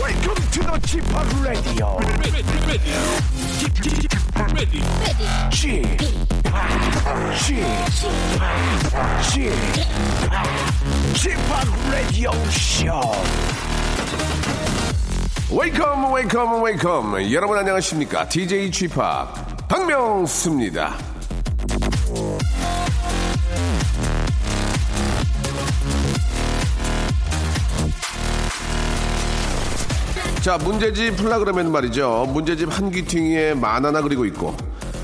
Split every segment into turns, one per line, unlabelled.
Welcome to the g p o p Radio. g p o p g p o p Radio Show.
웨이컴 웨이컴 웨이컴 여러분 안녕하십니까 DJ g p o p 박명수입니다 자 문제집 풀라 그러면 말이죠 문제집 한 귀퉁이에 만 하나 그리고 있고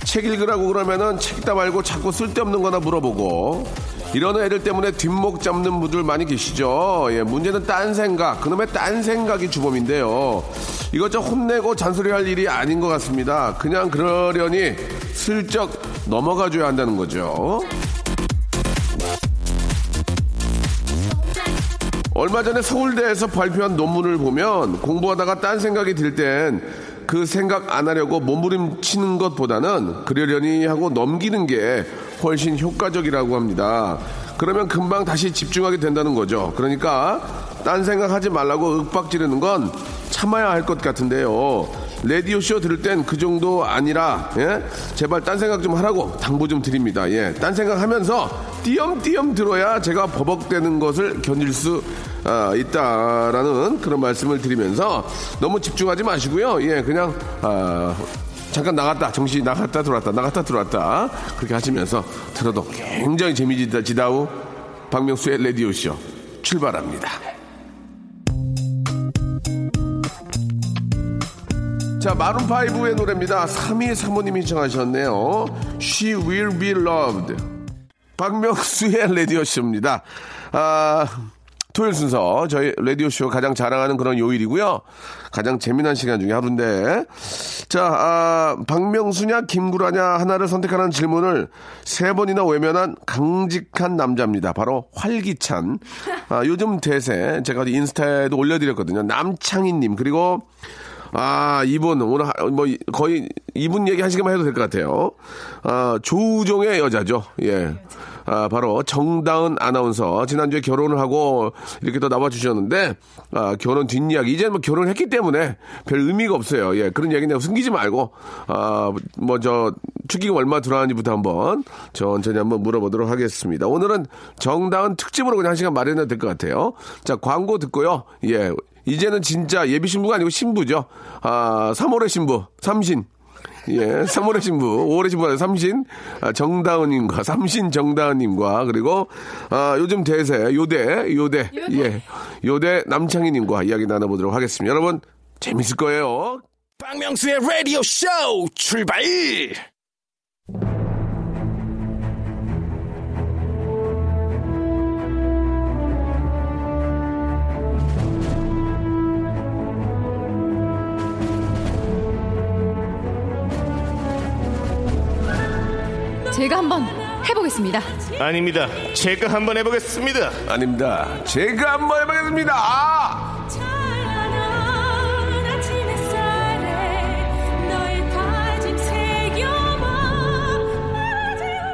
책 읽으라고 그러면은 책 읽다 말고 자꾸 쓸데없는 거나 물어보고 이러는 애들 때문에 뒷목 잡는 분들 많이 계시죠 예 문제는 딴 생각 그놈의 딴 생각이 주범인데요 이것저 혼내고 잔소리할 일이 아닌 것 같습니다 그냥 그러려니 슬쩍 넘어가줘야 한다는 거죠 얼마 전에 서울대에서 발표한 논문을 보면 공부하다가 딴 생각이 들 땐 그 생각 안 하려고 몸부림치는 것보다는 그러려니 하고 넘기는 게 훨씬 효과적이라고 합니다. 그러면 금방 다시 집중하게 된다는 거죠. 그러니까 딴 생각하지 말라고 윽박 지르는 건 참아야 할 것 같은데요. 라디오 쇼 들을 땐 그 정도 아니라 예? 제발 딴 생각 좀 하라고 당부 좀 드립니다. 예. 딴 생각하면서 띄엄띄엄 들어야 제가 버벅대는 것을 견딜 수 아, 있다라는 그런 말씀을 드리면서 너무 집중하지 마시고요. 예, 그냥 아, 잠깐 나갔다 정신 나갔다 들어왔다 나갔다 들어왔다 그렇게 하시면서 들어도 굉장히 재미지다 지다우 박명수의 라디오 쇼 출발합니다. 자, 마룬파이브의 노래입니다. 3위 사모님이 청하셨네요. She will be loved. 박명수의 라디오쇼입니다. 아, 토요일 순서, 저희 라디오쇼 가장 자랑하는 그런 요일이고요. 가장 재미난 시간 중에 하루인데. 자, 아, 박명수냐, 김구라냐 하나를 선택하는 질문을 세 번이나 외면한 강직한 남자입니다. 바로 활기찬. 아, 요즘 대세, 제가 인스타에도 올려드렸거든요. 남창희님, 그리고 아, 이분, 오늘 하- 뭐, 이- 거의 이분 얘기 한 시간만 해도 될 것 같아요. 아, 조우종의 여자죠. 예. 아, 바로 정다은 아나운서. 지난주에 결혼을 하고 이렇게 또 나와주셨는데, 아, 결혼 뒷이야기. 이제는 뭐 결혼했기 때문에 별 의미가 없어요. 예. 그런 얘기는 숨기지 말고, 아, 뭐, 저, 축의금 얼마 들어가는지부터 한번 천천히 한번 물어보도록 하겠습니다. 오늘은 정다은 특집으로 그냥 한 시간 마련해도 될 것 같아요. 자, 광고 듣고요. 예. 이제는 진짜 예비 신부가 아니고 신부죠. 아, 3월의 신부, 삼신. 예, 3월의 신부, 5월의 신부, 삼신, 아, 정다은님과, 삼신 정다은님과, 그리고, 아, 요즘 대세, 요대, 요대, 예, 요대 남창희님과 이야기 나눠보도록 하겠습니다. 여러분, 재밌을 거예요.
박명수의 Radio Show 출발.
제가 한번 해보겠습니다.
아닙니다. 제가 한번 해보겠습니다.
아닙니다. 제가 한번 해보겠습니다. 아!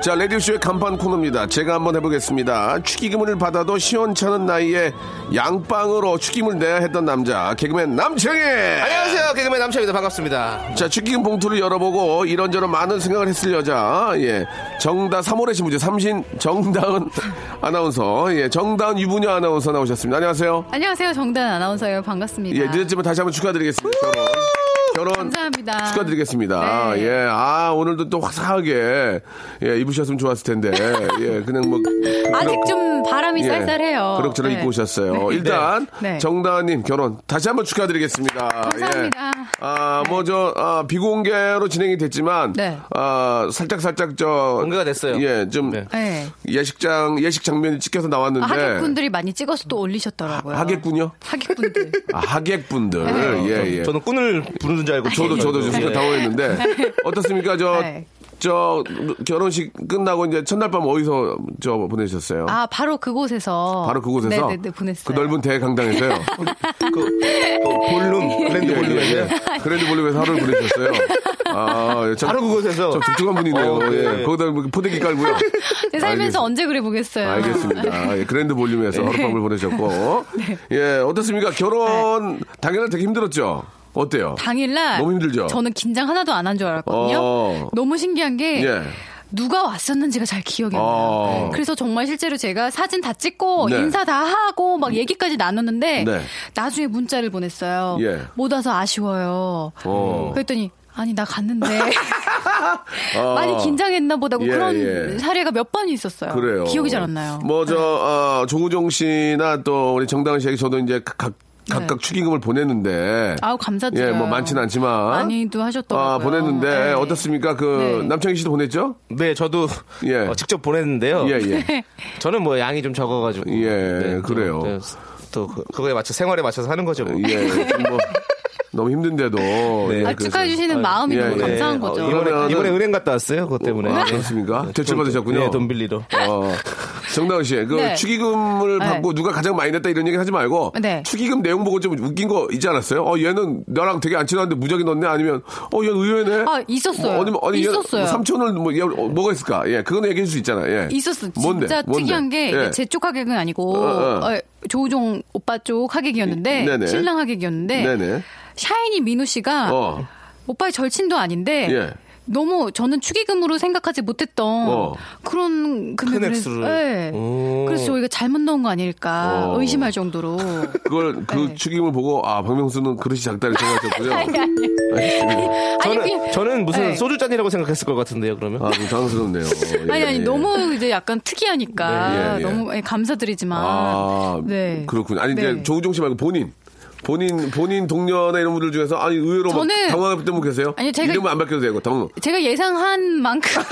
자, 레디오쇼의 간판 코너입니다. 제가 한번 해보겠습니다. 축의금을 받아도 시원찮은 나이에 양빵으로 축의금을 내야 했던 남자, 개그맨 남창희!
안녕하세요. 개그맨 남창입니다. 반갑습니다.
자, 축의금 봉투를 열어보고 이런저런 많은 생각을 했을 여자, 예. 정다, 3월의 신부죠. 삼신 정다은 아나운서, 예. 정다은 유부녀 아나운서 나오셨습니다. 안녕하세요.
안녕하세요 정단 아나운서예요 반갑습니다.
예, 늦었지만 다시 한번 축하드리겠습니다. 결혼. 결혼
감사합니다.
축하드리겠습니다.
네.
예, 아 오늘도 또 화사하게 예, 입으셨으면 좋았을 텐데 예, 그냥 뭐
아직 좀 바람이
예,
쌀쌀해요.
그럭저럭
네.
입고 오셨어요. 일단
네.
정다은님 결혼 다시 한번 축하드리겠습니다. 예.
감사합니다.
아뭐저 아, 비공개로 진행이 됐지만
네.
아 살짝 살짝 저
공개가 됐어요.
예, 좀
네.
네.
예식장 예식 장면이 찍혀서
아,
나왔는데
하객분들이 많이 찍어서 또 올리셨더라고요.
하객군요?
하객분들.
아, 하객분들
네.
예 예.
저는 꾼을 부르는 줄
아,
알고
아, 저도 저도 좀
예.
순간 당황했는데 어떻습니까 저.
네.
저 결혼식 끝나고 이제 첫날 밤 어디서 저 보내셨어요?
아, 바로 그곳에서.
바로 그곳에서
네네네, 보냈어요.
그 넓은 대강당에서요.
볼룸
네,
그랜드 볼룸에서
예, 예. 그랜드 볼륨에서 하루를 보내셨어요. 아, 예, 참,
바로 그곳에서
참 독특한 분이네요.
어, 네.
예. 거기다 뭐 포대기 깔고요.
제 살면서
알겠습니다.
언제 그래 보겠어요.
알겠습니다. 예, 그랜드 볼륨에서
네.
하룻밤을 보내셨고. 예, 어떻습니까? 결혼 당연히 되게 힘들었죠. 어때요?
당일날
너무 힘들죠?
저는 긴장 하나도 안 한 줄 알았거든요.
어.
너무 신기한 게
예.
누가 왔었는지가 잘 기억이 안 나요. 네.
어.
그래서 정말 실제로 제가 사진 다 찍고
네. 음.
인사 다 하고 막 얘기까지 나눴는데
네.
나중에 문자를 보냈어요.
예.
못 와서 아쉬워요.
어.
그랬더니 아니 나 갔는데 많이
어.
긴장했나 보다고
예,
그런
예.
사례가 몇 번 있었어요.
그래요.
아, 기억이 잘 안 나요. 네.
뭐저 어, 조우종 씨나 또 우리 정다은 씨에게 저도 이제 각 각각 축의금을 보냈는데.
네. 아우, 감사드려요.
예, 뭐 많진 않지만.
많이도 하셨더라고요.
아, 보냈는데
네.
어떻습니까? 그
네.
남창희 씨도 보냈죠?
네 저도
예.
어, 직접 보냈는데요.
예, 예.
저는 뭐 양이 좀 적어가지고 네,
예,
또,
그래요.
또, 또 그- 그거에 맞춰 생활에 맞춰서 하는 거죠. 뭐.
예. 좀 뭐 너무 힘든데도. 예,
아,
그래서.
축하해 주시는 마음이
예,
너무
예.
감사한
네,
거죠.
어, 이번에,
그러면은-
이번에 은행 갔다 왔어요. 그것 때문에.
아,
네.
그렇습니까? 대출
돈-
받으셨군요.
네, 돈 빌리러.
어, 정다은 씨, 그
네.
축의금을
네.
받고 누가 가장 많이 냈다 이런 얘기 하지 말고
네.
축의금 내용 보고 좀 웃긴 거 있지 않았어요? 어, 얘는 나랑 되게 안 친한데 무작위 넣네 아니면 어, 얘는 의외네.
아, 있었어요.
어, 아니면 아니, 얘는
있었어요.
뭐 삼촌을 뭐 얘, 어, 뭐가 있을까? 예, 그거는 얘기해 줄 수 있잖아. 예.
있었어. 진짜
뭔데?
특이한
뭔데?
게
예.
제 쪽 하객은 아니고
어, 어.
어, 조우종 오빠 쪽 하객이었는데
네네.
신랑 하객이었는데
네네.
샤이니 민우 씨가
어.
오빠의 절친도 아닌데
예.
너무 저는 축의금으로 생각하지 못했던
어.
그런 금액을
큰
했-
액수를.
예.
오.
그래서 저희가 잘못 넣은 거 아닐까
어.
의심할 정도로
그걸 그
네.
축의금을 보고 아, 박명수는 그릇이 작다를 생각하셨군요. 알겠습니다.
아니
저는,
그냥
저는 무슨
네.
소주잔이라고 생각했을 것 같은데요, 그러면.
아, 좀 당황스럽네요. 예,
아니 아니
예.
너무 이제 약간 특이하니까
네, 예, 예.
너무 예, 감사드리지만
아,
네.
그렇군요. 아니, 이제
네.
조우종 씨 말고 본인. 본인, 본인 동료나 이런 분들 중에서, 아니, 의외로 막
저는-
당황할 때분 계세요?
아니, 제가-
이름은 안 밝혀도 되고, 당
제가 예상한 만큼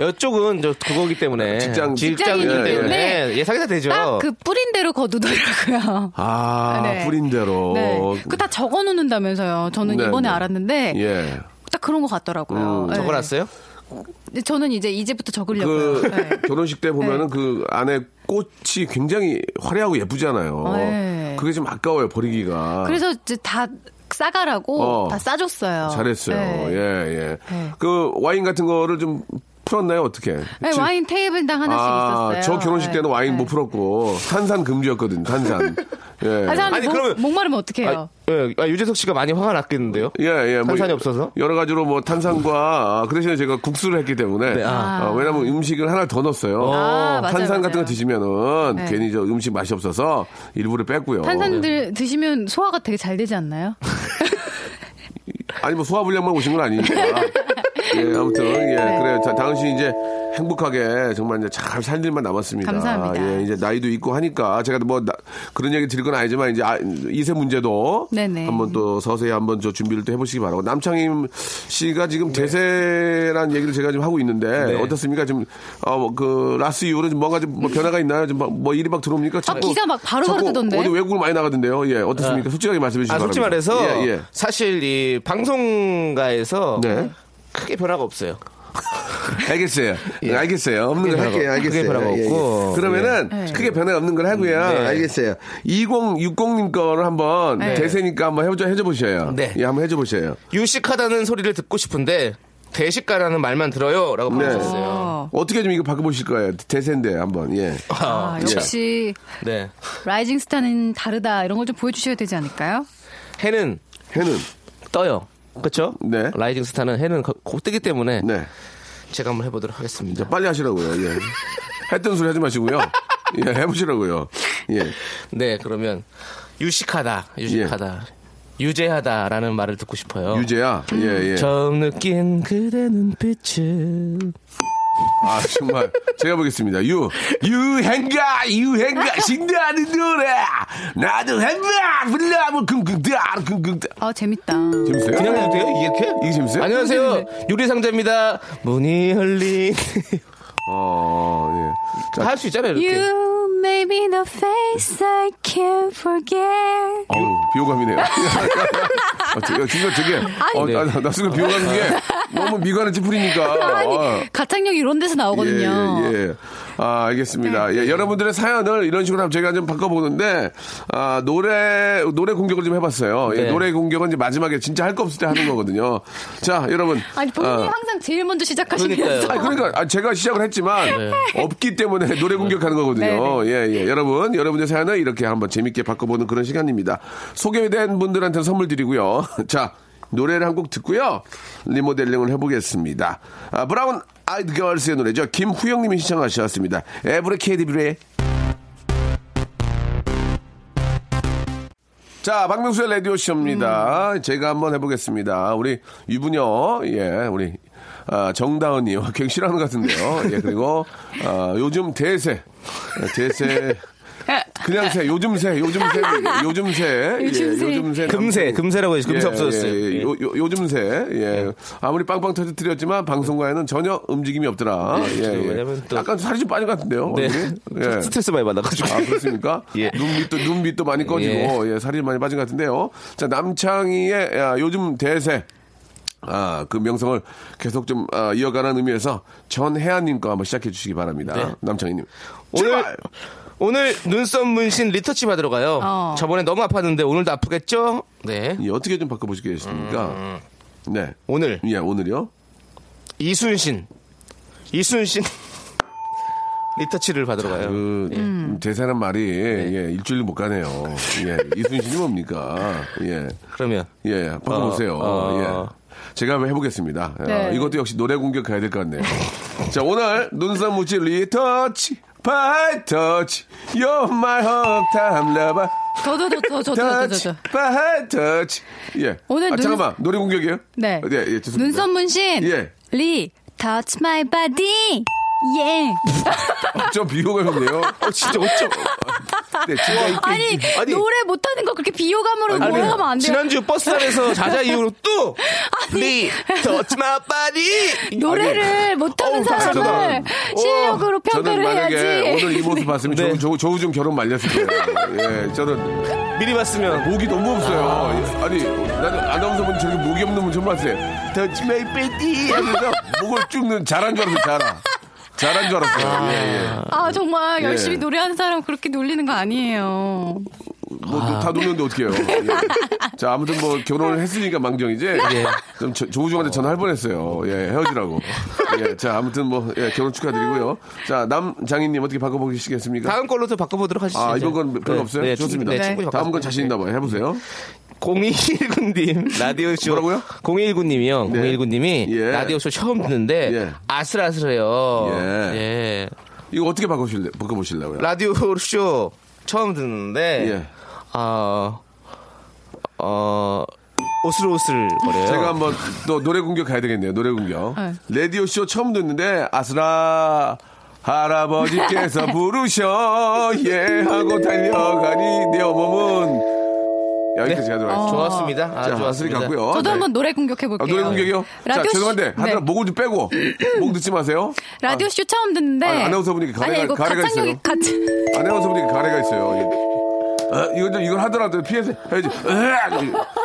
이쪽은 저 그거기 때문에.
직장-
직장이기
직장이기
때문에. 네, 예상이 다 되죠.
딱 그 뿌린 대로 거두더라고요.
아,
네.
뿌린대로.
네. 그 다 적어 놓는다면서요. 저는
네,
이번에
네.
알았는데
예. 음,
딱 그런 것 같더라고요. 네.
적어놨어요?
근데 저는 이제 이제부터 적으려고요.
그
네.
결혼식 때 보면은 그 안에 꽃이 굉장히 화려하고 예쁘잖아요.
네.
그게 좀 아까워요, 버리기가.
그래서 이제 다 싸가라고
어.
다 싸줬어요.
잘했어요.
네.
예, 예.
네.
그 와인 같은 거를 좀 풀었나요, 어떻게?
네,
지-
와인 테이블당 하나씩
아,
있었어요.
저 결혼식
네.
때는 와인
네.
못 풀었고 탄산 금지였거든. 탄산. 예.
아, 사람들
아니,
목,
그러면-
목마르면 어떡해요?
아, 예, 아, 유재석 씨가 많이 화가 났겠는데요?
예, 예. 뭐
탄산이 없어서?
여러 가지로 뭐 탄산과 아, 그 대신에 제가 국수를 했기 때문에
네, 아.
어, 왜냐면 음식을 하나 더 넣었어요.
아, 맞아요,
탄산 같은 거
맞아요.
드시면은
네.
괜히 저 음식 맛이 없어서 일부러 뺐고요.
탄산들 드시면 소화가 되게 잘 되지 않나요?
아니 뭐 소화불량만 오신 건 아니니까. 예, 아무튼 예,
네.
그래요. 자, 당신 이제 행복하게 정말 이제 잘 살 일만 남았습니다.
감사합니다.
예, 이제 나이도 있고 하니까 제가 뭐 나- 그런 얘기 드릴 건 아니지만 이제 아, 이세 문제도
네네.
한번 또 서서히 한번 저 준비를 또 해보시기 바라고 남창임 씨가 지금
네.
대세란 얘기를 제가 지금 하고 있는데
네.
어떻습니까? 지금 어그 라스 이후로 좀 뭔가 좀뭐 변화가 있나요? 지금 막- 뭐 일이 막 들어옵니까? 자꾸-
아, 기사 막 바로바로
자꾸
뜨던데.
어디 외국으로 많이 나가던데요. 예, 어떻습니까? 솔직하게 말씀해 주시기
아, 솔직히
바랍니다.
말해서
예, 예.
사실 이 방송가에서
네.
크게 변화가 없어요.
알겠어요. 알겠어요. 없는 걸
변화가-
할게요. 알겠어요.
크게 변화가
예, 예.
없고.
그러면은
예.
크게 변화가 없는 걸 하고요. 알겠어요. 2060님 거를 한번 대세니까 한번 해줘, 해줘 보셔요.
네.
예, 한번 해줘 보셔요.
유식하다는 소리를 듣고 싶은데 대식가라는 말만 들어요. 라고
네.
보내주셨어요.
어떻게 좀 이거 바꿔보실 거예요? 대세인데 한번. 예.
아, 역시
네.
라이징 스타는 다르다 이런 걸 좀 보여주셔야 되지 않을까요?
해는
해는.
떠요. 그렇죠?
네.
라이징 스타는 해는 거- 곧 뜨기 때문에
네.
제가 한번 해보도록 하겠습니다.
빨리 하시라고요. 예. 했던 소리 하지 마시고요. 예, 해보시라고요. 예.
네, 그러면 유식하다, 유식하다. 유재하다라는 말을 듣고 싶어요.
예. 유재야. 예, 예.
처음 느낀 그대 눈빛은
아, 정말. 제가 보겠습니다. 유. 유행가, 유행가, 신나는 노래. 나도 행가, 불러하면 뭐 금금다, 금금다.
아 재밌다.
재밌어요?
그냥 해도 돼요? 이렇게?
이게 재밌어요?
네? 안녕하세요.
네.
요리상자입니다. 문이 흘린.
어, 예. 자,
할 수 있잖아요, 이렇게.
You made me the face I can't forget.
어우, 비호감이네요. 아, 저- 야, 진짜 되게. 어,
네.
나, 나, 나 순간 비호감인 게 너무 미간을 찌푸리니까. 아.
가창력 이런 데서 나오거든요. 네.
예, 예, 예. 아, 알겠습니다. 예, 여러분들의 사연을 이런 식으로 한번 저희가 좀 바꿔보는데, 아, 노래, 노래 공격을 좀 해봤어요. 예,
네.
노래 공격은 이제 마지막에 진짜 할 거 없을 때 하는 거거든요. 자, 여러분.
아니 본인이
아,
항상 제일 먼저 시작하시면서
그러니까요.
아니, 그러니까, 아, 제가 시작을 했지만, 없기 때문에 노래 공격하는 거거든요. 예, 예. 여러분, 여러분의 사연을 이렇게 한번 재밌게 바꿔보는 그런 시간입니다. 소개된 분들한테 선물 드리고요. 자, 노래를 한 곡 듣고요. 리모델링을 해보겠습니다. 아, 브라운 아이드 걸스의 노래죠. 김후영님이 시청하셨습니다. 에브리케이디브레. 자, 박명수의 라디오쇼입니다.
음.
제가 한번 해보겠습니다. 우리 유부녀, 예, 우리, 아, 정다은이요. 굉장히 싫어하는 것 같은데요. 예, 그리고, 아, 요즘 대세. 예, 대세. 그냥 새, 요즘 새, 요즘 새, 요즘 새.
요즘 새.
예, 요즘 새.
금세, 금세라고 해서 금세
예,
없어졌어요. 네.
예, 예.
예.
요, 요, 요즘새 예. 아무리 빵빵 터뜨렸지만 방송과에는 전혀 움직임이 없더라. 예,
그렇죠.
예.
왜냐면 또-
약간 살이 좀 빠진 것 같은데요.
네.
얼굴이? 예.
스트레스 많이 받아가지고.
아 그렇습니까?
예.
눈 밑도 눈 밑도 많이 꺼지고 예. 살이 많이 빠진 것 같은데요. 자 남창희의 야, 요즘 대세 아 그 명성을 계속 좀 아, 이어가는 의미에서 전혜아님 거 한번 시작해 주시기 바랍니다.
네.
남창희님
오늘
제발!
오늘 눈썹 문신 리터치 받으러 가요.
어.
저번에 너무 아팠는데 오늘도 아프겠죠? 네.
예, 어떻게 좀
음,
바꿔보시겠습니까? 네.
오늘
예 오늘요.
이순신 이순신 리터치를 받으러 가요.
그 대세란 말이
네.
예, 일주일 못 가네요. 예 이순신이 뭡니까? 예.
그러면
예, 바꿔보세요.
어.
예. 제가 한번 해보겠습니다. 아,
네.
이것도 역시 노래 공격 가야 될 것 같네요. 자, 오늘 눈썹 무치 리터치, 바이터치, you're my home time lover,
저도 저도 저도 저도
터치,
저도
바이터치. 예.
오늘
아,
눈-
잠깐만, 노래 공격이에요?
네.
예, 예, 죄송합니다.
눈썹 문신.
예.
리 touch my body. 예.
아, 좀 비호감이네요. 어, 진짜 어쩜. 네, 진짜 이게-
어, 아니, 노래 못하는 거 그렇게 비호감으로
아니,
몰아가면 안 돼요.
지난주 버스 안에서 자자 이후로 또 리터치 마빠리
노래를 못하는
어우, 다
사람을
저는-
실력으로
저는
평가를
만약에
해야지.
오늘 이 모습 봤으면
네.
저, 저, 저, 좀 결혼 말렸을 거예요. 예, 저는.
미리 봤으면
목이 너무 없어요. 아, 니 나는 아나운서분 저기 목이 없는 분 처음 봤어요. Touch my belly 하면서 목을 쭉는 잘한 줄 알았어요. 잘한. 잘한 줄 알았어요. 예, 예.
아, 정말
예.
열심히 노래하는 사람 그렇게 놀리는 거 아니에요.
뭐다 놀렸는데 어떻게 해요. 예. 자, 아무튼 뭐 결혼을 했으니까 망정이지.
예.
좀 조- 조우중한테 전화할 뻔했어요. 예, 헤어지라고. 예, 자, 아무튼 뭐 예, 결혼 축하드리고요. 자, 남장인님 어떻게 바꿔보시겠습니까?
다음 걸로 또 바꿔보도록 하시죠.
네. 아,
이제.
이번 건 별로
네,
없어요?
네,
좋습니다.
네, 친구
다음 건 자신 있나 봐요. 해보세요.
0219님 라디오 쇼
뭐라고요?
0219님이요.
네.
0219님이
예.
라디오 쇼 처음 듣는데
예.
아슬아슬해요.
예.
예.
이거 어떻게 바꿔보실래, 바꿔보실래요?
라디오 쇼 처음 듣는데
예.
아어 어, 오슬오슬 거려요.
제가 한번 또 노래 공격 가야 되겠네요. 노래 공격.
네.
라디오 쇼 처음 듣는데 아스라 할아버지께서 부르셔 예 하고 달려가니 내 어머은 여기까지 가도록 하겠습니다.
네. 좋았습니다. 아,
자, 아스리
좋았습니다.
갔고요.
저도
네.
한번 노래 공격해
아,
볼게요.
노래 공격이요? 자,
라디오
죄송한데
쇼-
하나
네.
목을 좀 빼고 목 듣지 마세요.
라디오 쇼 처음 듣는데
아. 아니, 아나운서분이 가래가-
아니, 이거
가래가
가창력이
있어요.
가
아나운서분이 가래가 있어요. 예. 아, 이거 좀 이걸 하더라도 피해서 해야지. 으악!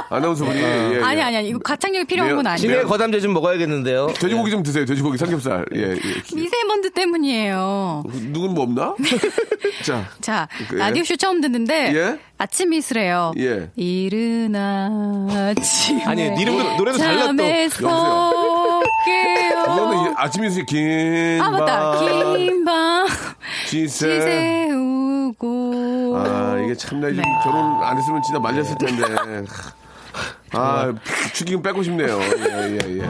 아나운서분이 예, 예.
아니 아니 아니 이거 가창력이
네,
필요한 건
진해
아니에요.
네.
거담제 좀 먹어야겠는데요. 네.
돼지고기 좀 드세요. 돼지고기 삼겹살. 예, 예.
미세먼지 때문이에요.
누군 뭐 없나? 자,
자,
예.
라디오 쇼 처음 듣는데
예?
아침 이슬에요.
예.
이른 아침에
아니, 네 이름도- 노래도 달라, 또.
잠에서
이거는 예, 이-
깨요.
아침 일찍 긴.
아 맞다.
밤
긴밤
지새.
지새우고
아, 이게 참나, 이제
네.
결혼 안 했으면 진짜 말렸을 텐데. 아, 축의금 빼고 싶네요. 예, 예, 예.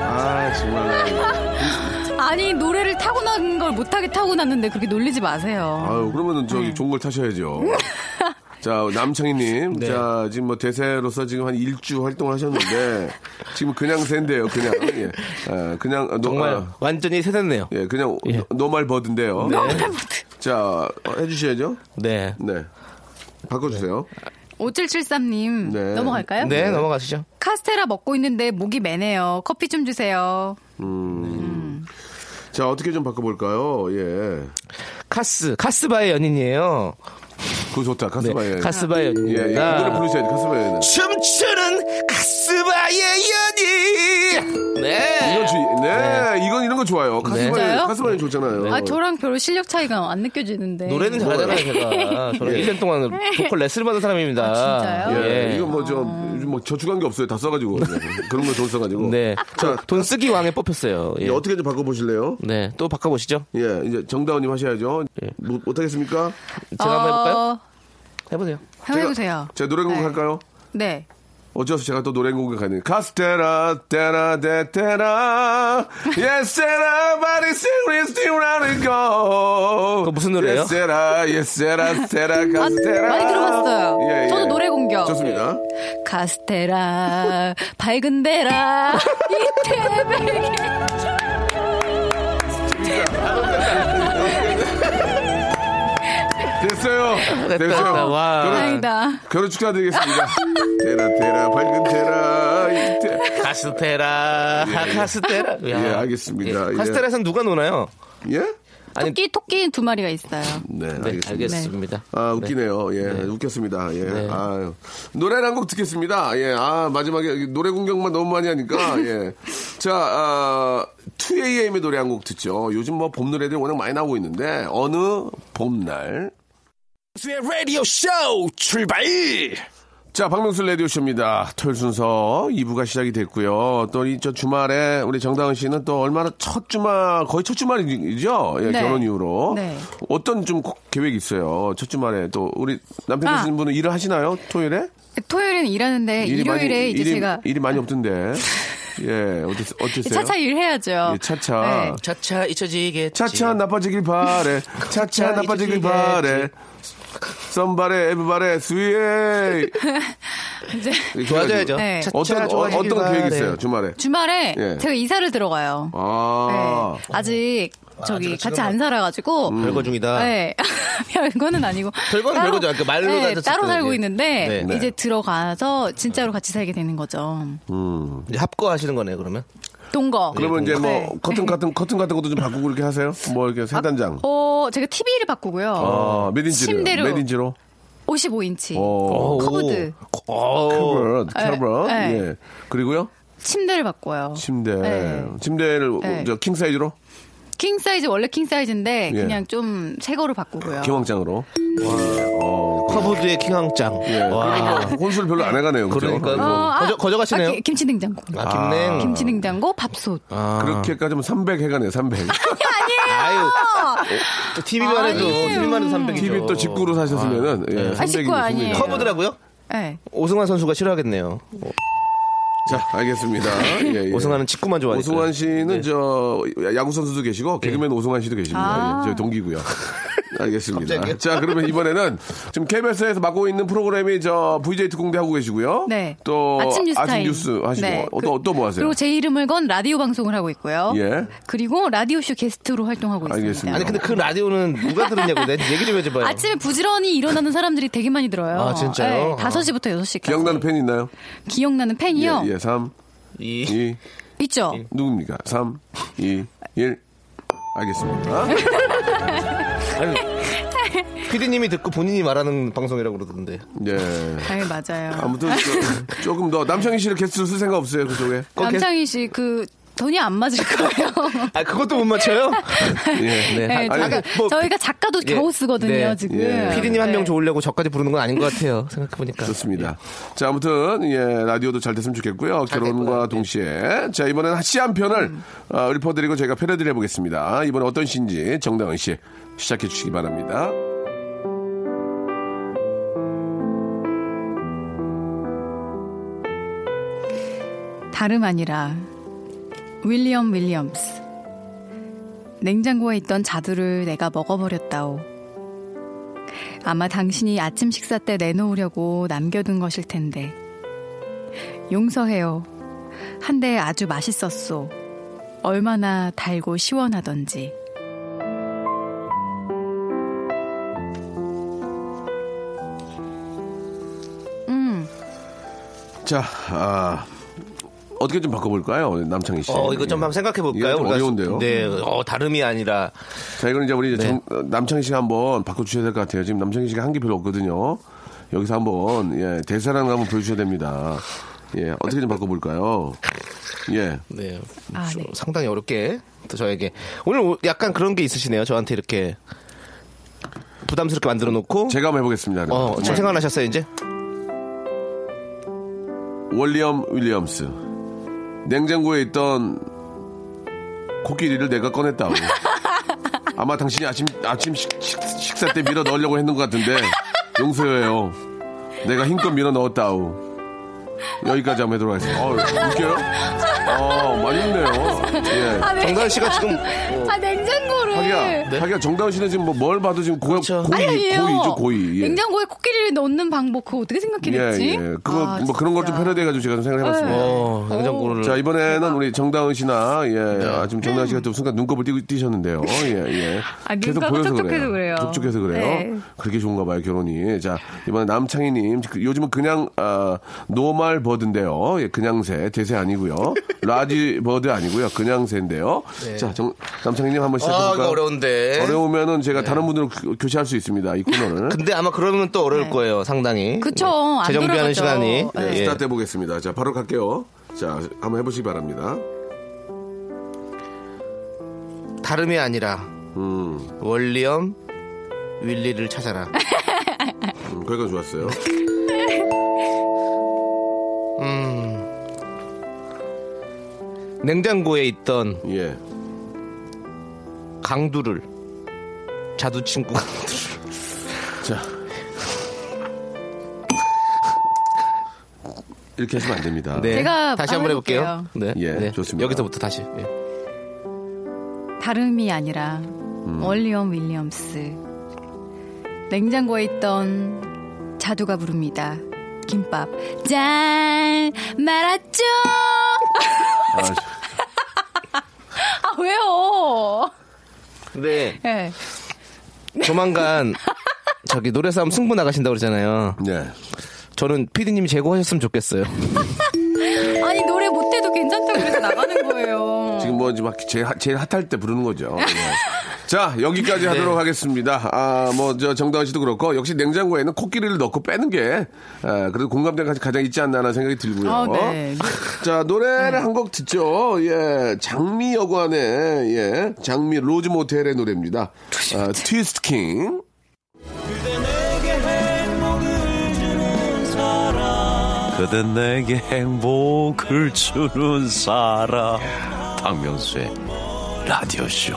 아, 정말.
아니 노래를
아.
타고난 걸 못하게 타고났는데 그렇게 놀리지 마세요. 네.
아유, 그러면은 저기 좋은 걸 타셔야죠. 자, 남창희님.
네.
자, 지금 뭐 대세로서 지금 한 일주 활동을 하셨는데, 지금 그냥 센데요, 그냥. 예. 아, 그냥, 노,
정말
아,
완전히 세됐네요.
예, 그냥 노말 버드인데요. 네. 자, 어, 해주셔야죠.
네.
네. 바꿔주세요.
5773님
네.
넘어갈까요?
네, 넘어가시죠.
카스테라 먹고 있는데 목이 매네요. 커피 좀 주세요.
자, 어떻게 좀 바꿔볼까요? 예.
카스, 카스바의 연인이에요.
그거 좋다.
네,
카스바예.
카스바의
예, 예.
연인입니다.
노래 부르셔야 돼, 카스바예는.
춤추는 카스바의 연인.
이건
네.
주, 네, 이건 이런 거 좋아요. 카스바예,
진짜요?
카스바예 좋잖아요.
아, 저랑 별로 실력 차이가 안 느껴지는데.
음,
노래는 잘하잖아요, 제가. 저는 1년 동안 보컬 레슨을 받은 사람입니다.
네. 아, 진짜요?
예,
예.
이거 뭐, 저, 요즘 뭐, 저축한 게 없어요. 다 써가지고. 그런 거 돈 써가지고.
네.
자,
돈 쓰기 왕에 뽑혔어요. 예.
이제 어떻게 좀 바꿔보실래요?
네. 또 바꿔보시죠.
예, 이제 정다운님 하셔야죠. 뭐, 못, 못하겠습니까?
어,
제가 한번 해볼까요? 해보세요.
한번 해보세요.
제 노래곡
네.
할까요?
네.
어째서 제가 또 노래곡을 가는 카스테라 테라 데테라 예세라 바리세리스티라리고
그거 무슨 노래예요?
예세라 예세라 세라
아,
카스테라
많이 들어봤어요.
예, 예.
저도 노래 공격.
좋습니다
카스테라, 밝은 데라, 이태백에.
됐어요
됐다.
됐어요
와.
결혼,
다행이다.
결혼 축하드리겠습니다 테라 테라 밝은 테라 이 테-
네.
카스테라, 카스테라. 야.
예 알겠습니다
예. 카스테라에선 누가 노나요?
예? 예?
아니,
토끼, 토끼 두 마리가 있어요.
네
네,
알겠습니다
알겠습니다.
아 웃기네요. 예, 웃겼습니다. 예,
네.
아유. 노래를 한 곡 듣겠습니다. 예, 아 마지막에 노래 공격만 너무 많이 하니까 예, 자, 아, 2AM의 노래 한 곡 듣죠. 요즘 뭐 봄 노래들이 워낙 많이 나오고 있는데 어느 봄날.
박명수의 라디오 쇼 출발!
자, 박명수 라디오 쇼입니다. 토요일 순서 2부가 시작이 됐고요. 또 이 저 주말에 우리 정다은 씨는 또 얼마나 첫 주말 거의 첫 주말이죠. 예,
네.
결혼 이후로
네.
어떤 좀 계획 이 있어요? 첫 주말에 또 우리 남편 되시는
아.
분은 일을 하시나요? 토요일에?
토요일에는 일하는데,
일이
네, 일요일에
많이-
이제
일이-
제가 아.
일이 많이 없던데. 예, 어땠, 어땠어요?
차차 일해야죠.
예,
네.
차차.
어, 차차 잊혀지겠지.
차차 나빠지길 바래. 차차 나빠지길 바래. 썸바레 에브바레 스위에.
이제
도와줘야죠.
네.
차차 네.
어떤 어,
좋아지길
어떤
바래.
계획 있어요 주말에?
주말에
예.
제가 이사를 들어가요.
아.
네. 아직 저기
지금
같이 안 살아가지고
음. 별거 중이다.
네. 별거는 아니고.
별거는
따로-
별거죠. 그러니까 말로
네,
따졌을
따로
때는
살고
이제.
있는데,
네. 음.
이제 들어가서 진짜로 같이 살게 되는 거죠.
이제 합거하시는 거네요, 그러면.
동거.
음.
그러면 이제 뭐
네. 아,
커튼 같은 커튼 같은 것도 좀 바꾸고 이렇게 하세요? 뭐 이렇게 세 단장.
어, 제가 TV를 바꾸고요.
아,
어, 몇 인치로?
침대로.
몇 인치로?
55인치.
어.
커브드.
오.
커버, 커버.
네, 네.
예. 그리고요?
침대를 바꾸어요.
침대.
네.
침대를
네.
저 킹 사이즈로?
킹 사이즈, 원래 킹 사이즈인데,
예.
그냥 좀 새 거로 바꾸고요.
경황장으로.
커브드의 킹왕짱. 와.
아, 혼술 별로 안 해가네요. 예. 그죠?
그러니까
어,
뭐 거저, 거저가시네요.
그러니까. 아, 기- 김치 냉장고.
아, 김냉.
김치 냉장고, 밥솥.
그렇게까지면 300 해가네요. 300.
아. 아유. TV만 해도,
아니에요.
TV만 해도 300이죠.
TV 또 직구로 사셨으면은 예, 300 인데,
직구 아니에요.
300.
아, 네. 커브드라고요?
네.
오승환 선수가 싫어하겠네요.
자, 알겠습니다. 예, 예.
오승환은 직구만 좋아하니까.
오승환 씨는
네.
저 야구 선수도 계시고 개그맨 오승환 씨도 계십니다.
아.
예, 저희 동기고요. 알겠습니다. 자 그러면 이번에는 지금 KBS에서 맡고 있는 프로그램이 저 VJ 특공대 하고 계시고요.
네.
또
아침 뉴스 타임.
하시고
네.
어, 또,
그-
또뭐 하세요?
그리고 제 이름을 건 라디오 방송을 하고 있고요.
예.
그리고 라디오쇼 게스트로 활동하고 있습니다.
알겠습니다.
아니, 근데 그 라디오는 누가 들었냐고. 내 얘기 좀 해줘봐요.
아침에 부지런히 일어나는 사람들이 되게 많이 들어요.
아, 진짜요?
네, 5시부터 6시까지.
기억나는 팬 있나요?
기억나는 팬이요?
예, 예, 3,
이-
2,
있죠?
예.
누굽니까? 3, 2, 1. 알겠습니다.
피디님이 듣고 본인이 말하는 방송이라고 그러던데.
예.
네, 맞아요.
아무튼 저- 조금 더 남창희 씨를 게스트로 쓸 생각 없어요 그쪽에?
남창희 씨 그 돈이 안 맞을 거예요.
아, 그것도 못 맞춰요?
예.
네.
네,
아니,
저희가,
뭐-
저희가 작가도
예.
겨우 쓰거든요,
네.
지금.
예.
피디님 한 명
네.
좋으려고 저까지 부르는 건 아닌 것 같아요. 생각해보니까.
좋습니다. 자, 아무튼, 예, 라디오도 잘 됐으면 좋겠고요. 결혼과
됐고요.
동시에. 자, 이번엔 시 한 편을 어, 읊어드리고 저희가 패러디를 해보겠습니다. 이번엔 어떤 시인지 정다은 씨 시작해 주시기 바랍니다.
다름 아니라 윌리엄 윌리엄스 냉장고에 있던 자두를 내가 먹어버렸다오 아마 당신이 아침 식사 때 내놓으려고 남겨둔 것일 텐데. 용서해요. 한데 아주 맛있었소. 얼마나 달고 시원하던지. 음,
자, 아, 어떻게 좀 바꿔볼까요? 남창희 씨.
어, 이거 좀 한번 생각해
이거
볼까요?
좀 어려운데요?
네, 어, 다름이 아니라
자, 이건 이제 우리 이제
네.
정- 남창희 씨가 한번 바꿔주셔야 될 것 같아요. 지금 남창희 씨가 한 게 별로 없거든요. 여기서 한번, 예, 대사랑 한번 보여주셔야 됩니다. 예, 어떻게 좀 바꿔볼까요? 예.
네,
아,
좀
네.
상당히 어렵게 또 저에게 오늘 오- 약간 그런 게 있으시네요. 저한테 이렇게 부담스럽게 만들어 놓고
제가 한번 해보겠습니다.
어,
네.
저 생각나셨어요 이제?
월리엄 윌리엄스. 냉장고에 있던 코끼리를 내가 꺼냈다고. 아마 당신이 아침, 아침 식, 사때 밀어 넣으려고 했는 것 같은데, 용서해요. 내가 힘껏 밀어 넣었다우. 여기까지 한번 해도록 하겠습니다. 어, 웃겨요? 아, 많이 웃네요. 예.
네.
정다은 씨가 지금
아, 냉장고를.
하기야, 하기야, 정다은 씨는 지금 뭐 뭘 봐도 지금 고,
네. 그렇죠.
고이,
네. 아니에요.
고이죠, 고이. 예.
냉장고에 코끼리를 넣는 방법 그거 어떻게 생각해냈지?
예, 예. 그거,
아,
뭐 그런 걸 좀
진짜. 네.
패러디해가지고 제가 좀 생각해봤습니다.
어, 냉장고를
자 이번에는 우리 정다은 씨나 예,
네.
아, 지금 정다은 씨가 좀 순간 눈곱을 띄, 띄셨는데요. 예, 예.
아, 눈가가 촉촉해서 그래요.
촉촉해서 그래요.
네.
그렇게 좋은가 봐요 결혼이. 자 이번에 남창희님 그- 요즘은 그냥 아, 노말 버드인데요. 예, 그냥새 대세 아니고요. 라지 버드 아니고요. 그냥새인데요.
네.
자 정, 남창희님 한번
아,
시작해볼까요?
이거 어려운데. 네.
어려우면은 제가 다른 분으로 교- 교체할 수 있습니다. 이 코너를.
근데 아마 그러면 또 어려울 거예요, 상당히.
네.
네.
그쵸, 안
재정비하는
돌아가죠.
시간이.
네.
예.
스타트 해보겠습니다. 자, 바로 갈게요. 자, 한번 해보시기 바랍니다.
다름이 아니라
음,
월리엄 윌리를 찾아라.
음 거기가 좋았어요.
냉장고에 있던
예.
강두를 자두 친구 강두를
자. 이렇게 하시면 안 됩니다.
네.
제가
다시 한번 해볼게요. 네.
예,
네.
좋습니다.
여기서부터 다시. 예.
다름이 아니라
음.
월리엄 윌리엄스 냉장고에 있던 자두가 부릅니다. 김밥 짠 말았죠?
아,
아 왜요?
근데
네.
조만간 저기 노래 싸움 승부 나가신다고 그러잖아요.
네.
저는 피디님이 제고하셨으면 좋겠어요.
아니 노래 못해도 괜찮다고 그래서 나가는 거예요.
지금 뭐, 지금 제일, 핫- 제일 핫할 때 부르는 거죠.
네.
예. 자, 여기까지 하도록 하겠습니다. 아, 뭐, 저, 정다은 씨도 그렇고, 역시 냉장고에는 코끼리를 넣고 빼는 게, 아, 그래도 공감대가 가장 있지 않나 하는 생각이 들고요.
아, 네. 음.
자, 노래를 한 곡 듣죠. 예, 장미 여관의, 예, 장미 로즈 모텔의 노래입니다. 아, 트위스트 킹.
그대 내게 행복을 주는 사람 박명수의 라디오쇼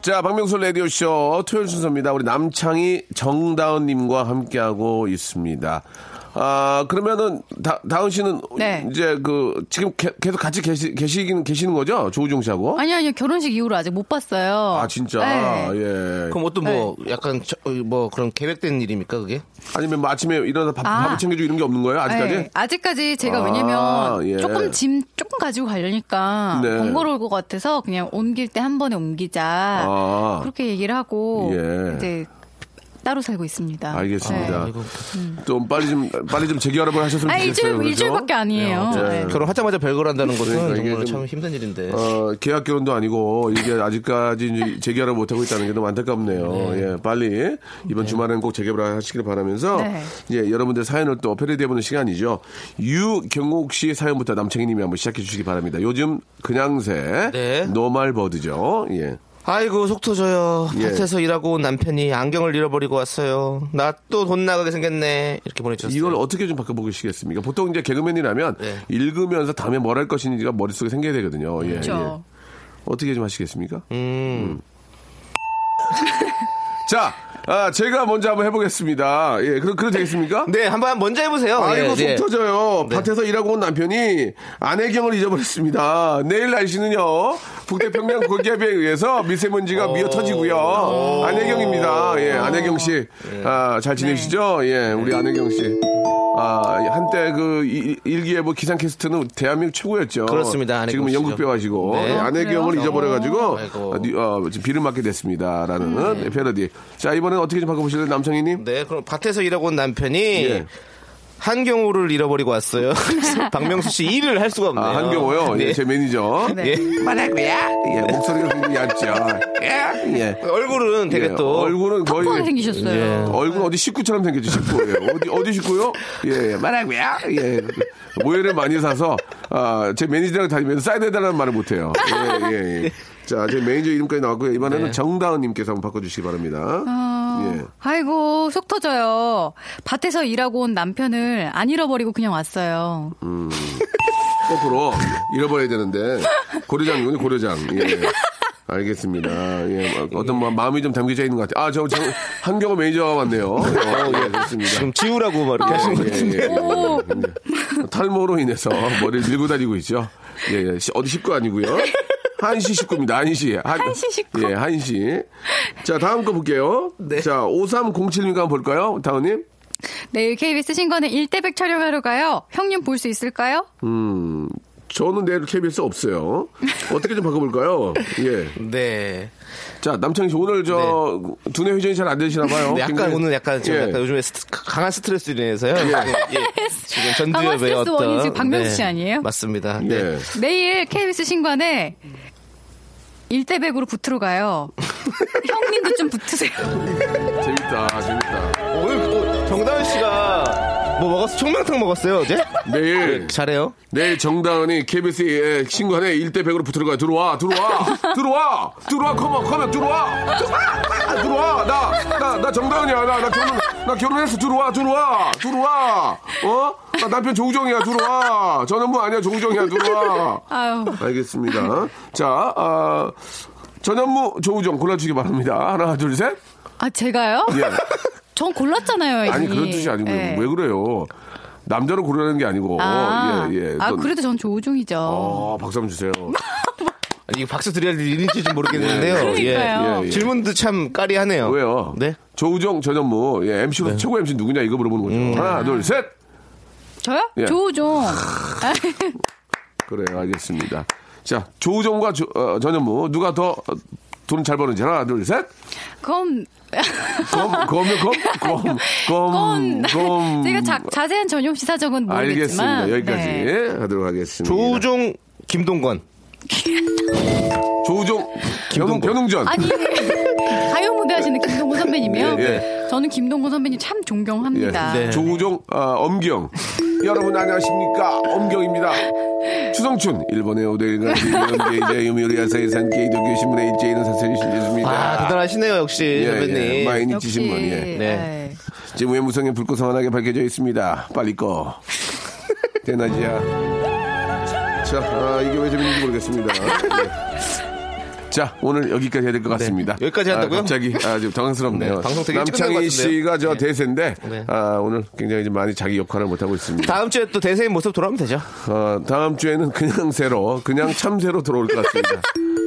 자, 박명수 라디오쇼 토요일 순서입니다. 우리 남창희 정다은님과 함께하고 있습니다. 아, 그러면은, 다, 다은 씨는
네.
이제 그, 지금 개- 계속 같이 계시, 계시긴, 계시는 거죠? 조우종 씨하고?
아니 아니 결혼식 이후로 아직 못 봤어요.
아, 진짜.
네.
예.
그럼 어떤 뭐 약간 저- 어, 뭐 그런 계획된 일입니까 그게?
아니면 뭐 아침에 일어나서 밥,
아.
밥을 챙겨주고 이런 게 없는 거예요? 아직까지?
네, 아직까지 제가
아,
왜냐면
예.
조금 짐 조금 가지고 가려니까
네.
번거로울 것 같아서 그냥 옮길 때 한 번에 옮기자
아.
그렇게 얘기를 하고
예.
이제 따로 살고 있습니다.
아, 알겠습니다.
아,
네.
좀 빨리 좀 빨리 좀 재결합을 하셨으면
아
좋겠어요.
일주일
그죠?
일주일밖에 아니에요. 네.
결혼하자마자 별걸 한다는 것은
그러니까 이게
정말
좀-
참 힘든 일인데.
어, 계약 결혼도 아니고 이게 아직까지 이제 재결합을 못 하고 있다는 게 너무 안타깝네요. 예, 빨리 이번 주말에는 꼭 재결합하시길 바라면서
네.
예, 여러분들 사연을 또 패러디해보는 시간이죠. 유경옥 씨 사연부터 남창희님이 한번 시작해 주시기 바랍니다. 요즘 그냥새
네.
노말 버드죠. 예.
아이고 속 터져요.
예.
밭에서 일하고 온 남편이 안경을 잃어버리고 왔어요. 나 또 돈 나가게 생겼네. 이렇게 보내주셨어요.
이걸 어떻게 좀 바꿔보시겠습니까? 보통 이제 개그맨이라면
네.
읽으면서 다음에 뭘 할 것인지가 머릿속에 생겨야 되거든요. 예, 예.
그렇죠.
어떻게 좀 하시겠습니까?
음.
자, 아, 제가 먼저 한번 해보겠습니다. 예, 그럼, 그럼 되겠습니까?
네, 한번 먼저 해보세요.
아이고,
예,
뭐 속
예.
터져요. 밭에서 일하고 온 남편이 아내경을 잊어버렸습니다. 내일 날씨는요, 북태평양 고기압에 의해서 미세먼지가 미어 터지고요. 안혜경입니다. 예, 안혜경 씨.
네.
아, 잘 지내시죠? 예, 우리 안혜경 씨. 아, 한때 그 일- 일기예보 기상캐스트는 대한민국 최고였죠.
그렇습니다. 안혜경
지금은
씨죠.
영국 배워가지고
네.
예, 안혜경을
그래요?
잊어버려가지고
아이고.
아, 뉴- 어, 지금 비를 맞게 됐습니다라는 패러디. 자, 이번엔 어떻게 좀 바꿔보실래요, 남창희님?
네, 그럼 밭에서 일하고 온 남편이
예.
한경호를 잃어버리고 왔어요. 그래서 박명수 씨 일을 할 수가 없네요.
아, 한경호요. 예,
네.
제 매니저.
예.
예, 목소리가 굉장히 얕죠. 예, 예.
얼굴은 되게
예,
네, 또
얼굴은 거의 예.
펑펑 생기셨어요.
얼굴 어디 식구처럼 생겼죠 식구 예. 어디 어디 식구요? 예 말하고요. 예 오해를 많이 사서 아, 제 매니저랑 다니면서 사인해달라는 말을 못해요. 예, 예,
네.
예. 자, 제 매니저 이름까지 나왔고요. 이번에는 정다은님께서 한번 바꿔주시기 바랍니다.
아,
예.
아이고 속 터져요. 밭에서 일하고 온 남편을 안 잃어버리고 그냥 왔어요.
거꾸로 잃어버려야 되는데 고려장이군요 고려장. 예. 알겠습니다. 예, 어떤 마- 마음이 좀 담겨져 있는 것 같아요. 아, 저, 저 한경호 매니저가 왔네요. 어, 예, 그렇습니다.
지금 지우라고 막 이렇게 하시는 것 같은데.
예, 예, 예. 예. 탈모로 인해서 머리를 밀고 다니고 있죠. 예, 예. 시- 어디 식구 아니고요. 한시 식구입니다. 한시. 한,
한시 식구.
예, 한시. 자, 다음 거 볼게요.
네.
자, 5307님과 한번 볼까요? 다은님?
내일 KBS 신건의 일대백 촬영하러 가요. 형님 볼 수 있을까요?
저는 내일 KBS 없어요. 어떻게 좀 바꿔볼까요? 예.
네.
자, 남창희 씨, 오늘 저, 두뇌 회전이 잘 안 되시나 봐요.
근데 네. 약간
굉장히-
오늘 약간 지금
어, 예.
약간 요즘에 스트- 강한 스트레스로 인해서요. 예. 지금
강한
전두엽의
스트레스
어떤 네.
원인 지금 박명수 씨 아니에요?
맞습니다.
예.
네.
내일 KBS 신관에 일대백으로 붙으러 가요. 형님도 좀 붙으세요.
재밌다, 재밌다.
오늘 어, 정다은 씨가 뭐 먹었어? 청명탕 먹었어요 어제? 그
내일,
잘해요.
내일 정다은이 KBS에 신관에 1대 100으로 붙으러 가. 들어와, 들어와, 들어와, 들어와, 컴온, 컴온, 들어와, 들어와, 들어와. 나, 나, 나 정다은이야. 나, 나 결혼, 나 결혼했어. 들어와, 들어와, 들어와. 어? 나 남편 조우정이야. 들어와. 저는 뭐 아니야. 조우정이야. 들어와.
아유.
알겠습니다. 자, 아, 전현무 조우정 골라주기 바랍니다. 하나, 둘, 셋.
아 제가요?
예.
전 골랐잖아요.
아니
이미.
그런 뜻이 아니고
예.
왜 그래요? 남자로 고르라는 게 아니고.
아,
예, 예.
아
넌-
그래도 전 조우종이죠.
아, 박수 한번 주세요.
아니, 이거 박수 드려야 될 일인지 좀 모르겠는데요.
네. 그러니까요.
예, 예.
질문도 참 까리하네요.
왜요?
네.
조우종 전현무 예, MC로 최고 MC 누구냐 이거 물어보는 거죠.
음.
하나 둘 셋.
저요?
예.
조우종.
그래요 알겠습니다. 자 조우종과 조- 어, 전현무 누가 더 돈 잘 버는지 하나 둘 셋.
그럼
검 검요 음,
그건
검검검검
제가 자, 자세한 전용 씨 사정은 모르겠지만
알겠습니다. 여기까지
네.
하도록 하겠습니다.
조우종 김동건.
조우종 변웅, 변웅전.
아니 가요 무대 하시는 김동건 선배님이요.
예,
저는 김동건 선배님 참 존경합니다.
네.
조우종 어, 엄경 여러분 안녕하십니까 엄경입니다 추성춘 일본의 오데일가 이제 유미리 야사의 산 게이도 교신문의 일제이는 사선이
아,
실렸습니다 예,
대단하시네요, 역시. 선배님.
마이니치
역시
신문 예.
네.
예.
지금 외무성의 불꽃 선하게 밝혀져 있습니다 빨리 꺼 대낮이야 자 아, 이게 왜 재밌는지 모르겠습니다 예. 자 오늘 여기까지 해야 될 것 같습니다
네. 여기까지 한다고요?
아, 갑자기 아, 좀 당황스럽네요
네, 방송 되게 찍은 것
남창희
같은데요.
씨가 저
네.
대세인데
네.
아, 오늘 굉장히 좀 많이 자기 역할을 못하고 있습니다
다음 주에 또 대세의 모습 돌아오면 되죠.
어, 다음 주에는 그냥 새로, 그냥 참새로 들어올 것 같습니다.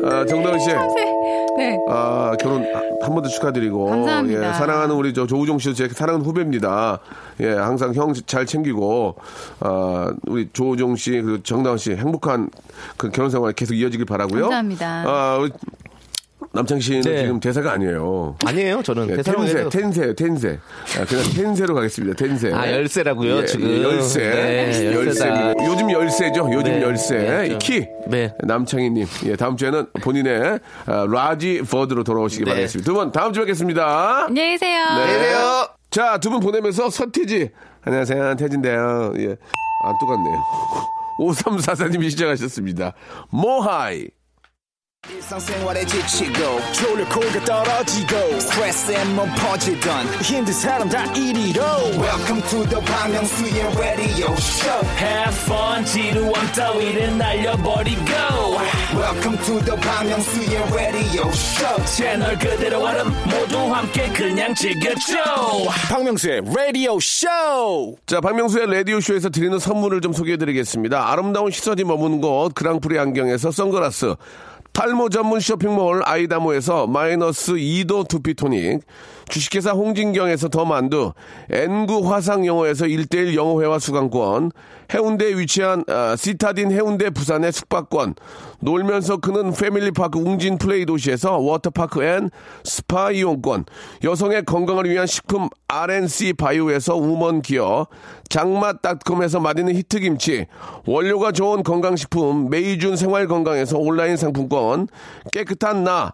아, 정다은 씨,
네.
아, 결혼 한 번 더 축하드리고,
감사합니다.
예, 사랑하는 우리 저 조우종 씨도 제 사랑하는 후배입니다. 예, 항상 형 잘 챙기고, 아, 우리 조우종 씨, 그리고 정다은 씨 행복한 그 결혼 생활 계속 이어지길 바라고요.
감사합니다.
아, 우리 남창 씨는
네.
지금 대사가 아니에요.
아니에요, 저는.
예,
그 대사라고
텐세,
해도-
텐세, 텐세. 아, 그냥 텐세로 가겠습니다. 텐세.
아, 열쇠라고요,
예,
지금?
예, 열쇠.
네,
열쇠.
열쇠다.
요즘 열쇠죠. 요즘
네,
열쇠.
네,
이
좀.
키.
네.
남창희님. 예, 다음 주에는 본인의 아, 라지 버드로 돌아오시기
네.
바라겠습니다. 두 분 다음 주에 뵙겠습니다. 네.
안녕히 계세요.
안녕하세요.
자, 두 분 보내면서 서태지. 안녕하세요. 태진데요. 예. 안 똑같네요. 5344님이 시작하셨습니다. 모하이.
일상생활에 지치고, 졸려 코가 떨어지고, 스트레스에 몸 퍼지던, 힘든 사람 다 이리로. welcome to the Bang Myung-soo's radio show
Have fun 지루함 따위를 날려버리고
welcome to the Bang Myung-soo's radio show
채널 그대로 와름 모두 함께 그냥 즐겨줘
박명수의 radio show
자, 박명수의 라디오쇼에서 드리는 선물을 좀 소개해드리겠습니다. 아름다운 시선이 머무는 곳, 그랑프리 안경에서 선글라스, 탈모 전문 쇼핑몰 아이다모에서 마이너스 2도 두피토닉, 주식회사 홍진경에서 더만두, N구 화상영어에서 1대1 영어회화 수강권, 해운대에 위치한 아, 시타딘 해운대 부산의 숙박권, 놀면서 크는 패밀리파크 웅진 플레이 도시에서 워터파크 앤 스파 이용권, 여성의 건강을 위한 식품 RNC 바이오에서 우먼 기어, 장맛닷컴에서 맛있는 히트김치, 원료가 좋은 건강식품 메이준 생활건강에서 온라인 상품권, 깨끗한 나,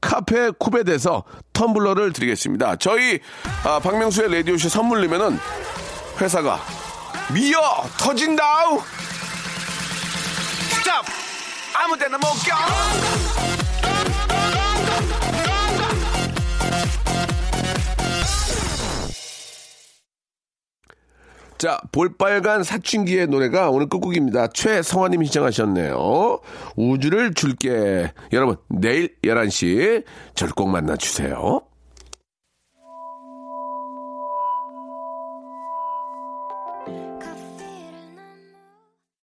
카페 쿠베에서 텀블러를 드리겠습니다. 저희 아, 박명수의 라디오쇼 선물리면은 회사가 미어 터진다우. 스탑 아무데나 못 가. 자, 볼빨간 사춘기의 노래가 오늘 끝곡입니다. 최성화님이 시청하셨네요. 우주를 줄게. 여러분, 내일 11시 절꼭 만나주세요.